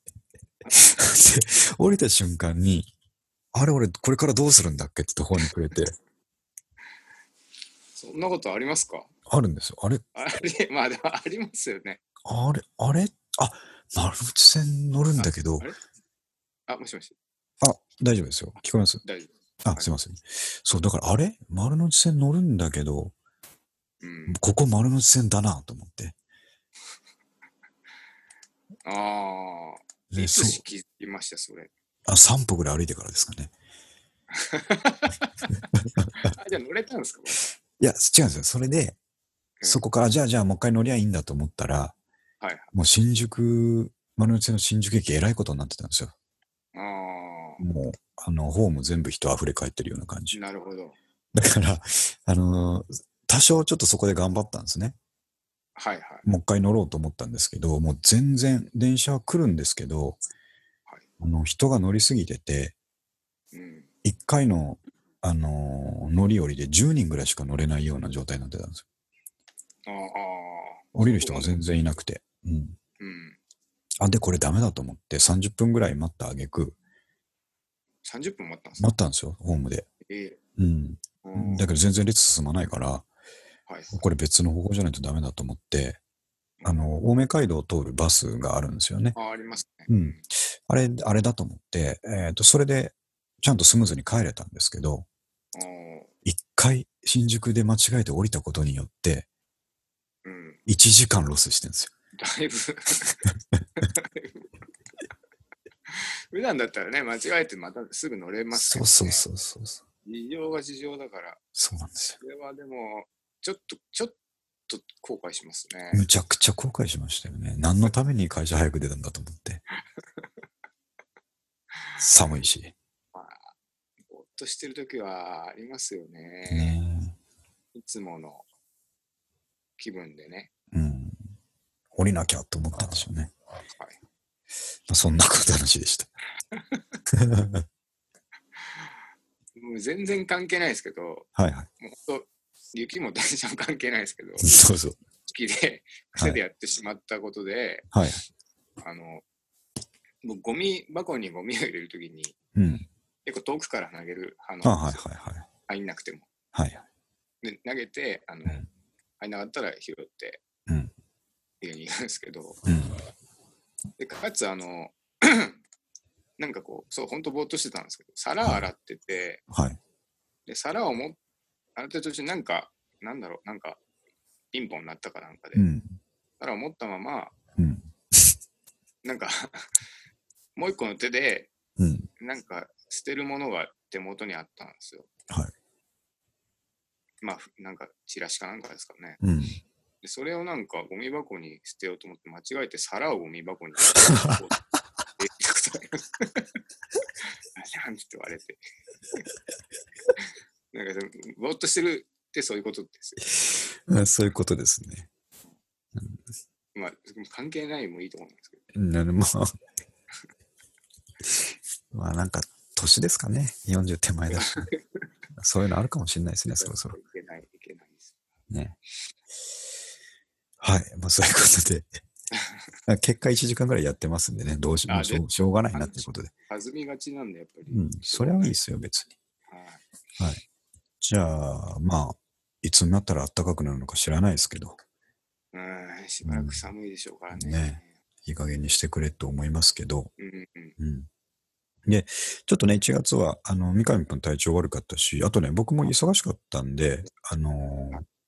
で、降りた瞬間に、あれ俺、これからどうするんだっけって途方に暮れて、 そんなことありますかあるんですよ。あれ、あり、まあ、でもありますよね。あれ、あれあ、丸内線乗るんだけどあ、れあ、もしもし、あ、大丈夫ですよ。聞こえます大丈夫。あ、すいません。そう、だからあれ丸の内線乗るんだけど、うん。ここ丸の内線だなと思って。ああ。でいそつうし気づきました、それ。あ3歩ぐらい歩いてからですかね。あ、じゃあ乗れたんですかいや、違うんですよ。それで、うんそこから、じゃあ、じゃあ、もう一回乗りゃいいんだと思ったら、はいもう新宿、丸の内の新宿駅、えらいことになってたんですよ。ああもう、あの、ホーム全部人溢れ返ってるような感ー。じ。 なるほど。だから、あのー多少ちょっとそこで頑張ったんですね。はいはい。もう一回乗ろうと思ったんですけど、もう全然電車は来るんですけど、はいあの人が乗りすぎてて、うん。一回の、あのー乗り降りで10人ぐらいしか乗れないような状態になってたんですよ。あーあー。降りる人が全然いなくて。うん。うん。あ、で、これダメだと思って30分ぐらい待った挙句、 30分待ったんですか待ったんですよ、ホームで。えうん。えうんだけど全然列進まないから、はい。これ別の方向じゃないとダメだと思って、あの、青梅街道を通るバスがあるんですよね。あー、ありますね。うん。あれ、あれだと思って、えっ、と、それで、ちゃんとスムーズに帰れたんですけど、あー一回新宿で間違えて降りたことによって、うん。 1時間ロスしてるんですよ。だいぶ だいぶ。普段だったらね、間違えてまたすぐ乗れますけそど、うね、そうそうそうそう。事情が事情だから、そうなんですよ。それはでも、ちょっと、ちょっと後悔しますね。むちゃくちゃ後悔しましたよね。何のために会社早く出たんだと思 って。寒いし。ぼーっとしてる時はありますよね。ねいつもの気分でね。うん。降りなきゃと思ったんでしょうね。はい。まあ、そんなこと話で した。もう全然関係ないですけど、もはいはい。うほんと雪も電車も関係ないですけど、好そうそう。きで、癖でやってしまったことで、はい。あの、僕、ゴミ箱にゴミを入れるときに、うん。結構遠くから投げるあ派はいはいなんですよはい。入んなくても。はい。で、投げて、あの、うん入んなかったら拾って、うん家に行くんですけど、うん。で、かつ、あの、 なんかこう、そう、ほんとぼーっとしてたんですけど、皿洗ってて、はい。で、皿をも、ある途中なんか、なんだろう、なんか、ピンポン鳴ったかなんかで、うん。皿を持ったまま、うん。なんか、 もう一個の手で、うん。なんか、捨てるものが手元にあったんですよ。はい。まあ、ふなんか、チラシかなんかですかね。うん。で、それをなんか、ゴミ箱に捨てようと思って、間違えて皿をゴ ミ箱に入れたことあります。なんて言われて。なんかでも、ぼーっとしてるってそういうことですよ。 うんそういうことですね。まあ、関係ないもいいと思うんですけど。なるもう まあなんか、年ですかね。40手前だし。そういうのあるかもしれないですね、そろそろ。いけない、いけないです。ね。はい。まあ、そういうことで。あ結果1時間ぐらいやってますんでね、どうしあもうしょうしょうがないなっていうことで。弾みがちなんで、やっぱり。うん。それはいいですよ、別に。はい。じゃあ、まあ、いつになったら暖かくなるのか知らないですけど、うん、しばらく寒いでしょうからね。ねいい加減にしてくれと思いますけど、うんうん。うん。で、ちょっとね、1月は、あの、三上君体調悪かったし、あとね、僕も忙しかったんで、あの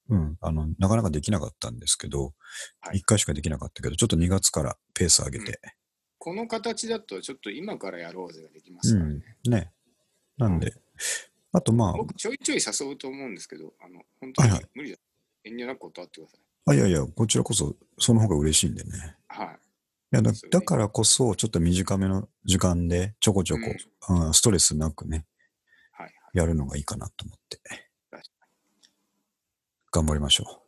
ーうん、あの、なかなかできなかったんですけど、はい一1回しかできなかったけど、ちょっと2月からペース上げて、この形だと、ちょっと今からやろうぜができまうすからね。ん、ね。なんで、あとま僕、ちょいちょい誘うと思うんですけど、あの、本当にはいは無理だ。遠慮なく断ってくだあ、あ、いやいや、こちらこそ、その方が嬉しいんでね。さい。はい。いやだそうねだからこそ、ちょっと短めの時間で、ちょこちょこ、うんストレスなくね、はいはい。やるのがいいかなと思って確か。頑張りましょ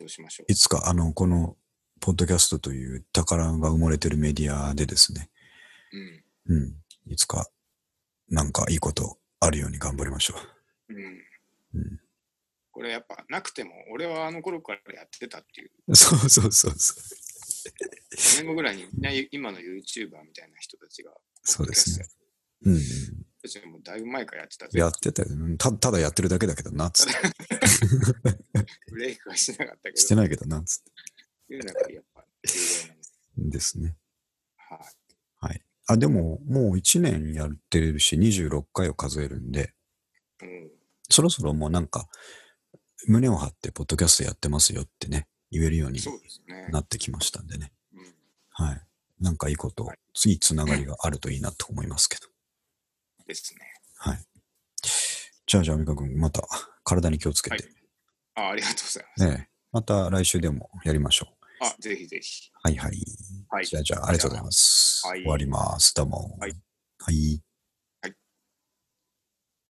そうしましょう。いつか、あの、この、ポッドキャストという宝が埋もれてるメディアでですね、う。うん。うん、いつか、なんかいいことあるように頑張りましょうん。うんこれやっぱなくても、俺はあの頃からやってたって いう、 う。そうそうそうそう。 5年後ぐらいにみんな今の YouTuber みたいな人たちが、そうですね。うん。ポッドキャストやってる人たちもだいぶ前からやってたぜやってたよねたただやってるだけだけどな、つって。ブレイクはしなかったけど、してないけどな、つって。いう中でやっぱ重要なんです。ですね。はい、あ、でも、もう1年やってるし、26回を数えるんで、うん。そろそろもうなんか、胸を張って、ポッドキャストやってますよってね、言えるようにそうですね。なってきましたんでね。うんはい。なんかいいこと、次つながりがあるといいなと思いますけど。ですね。はい。じゃあ、じゃあ、アミカ君、また体に気をつけて。あありがとうございます。ねえまた来週でもやりましょう。あ、ぜひぜひ。はいはい。はいじゃあ、じゃあ、ありがとうございます。はい終わります。どうも。はいはい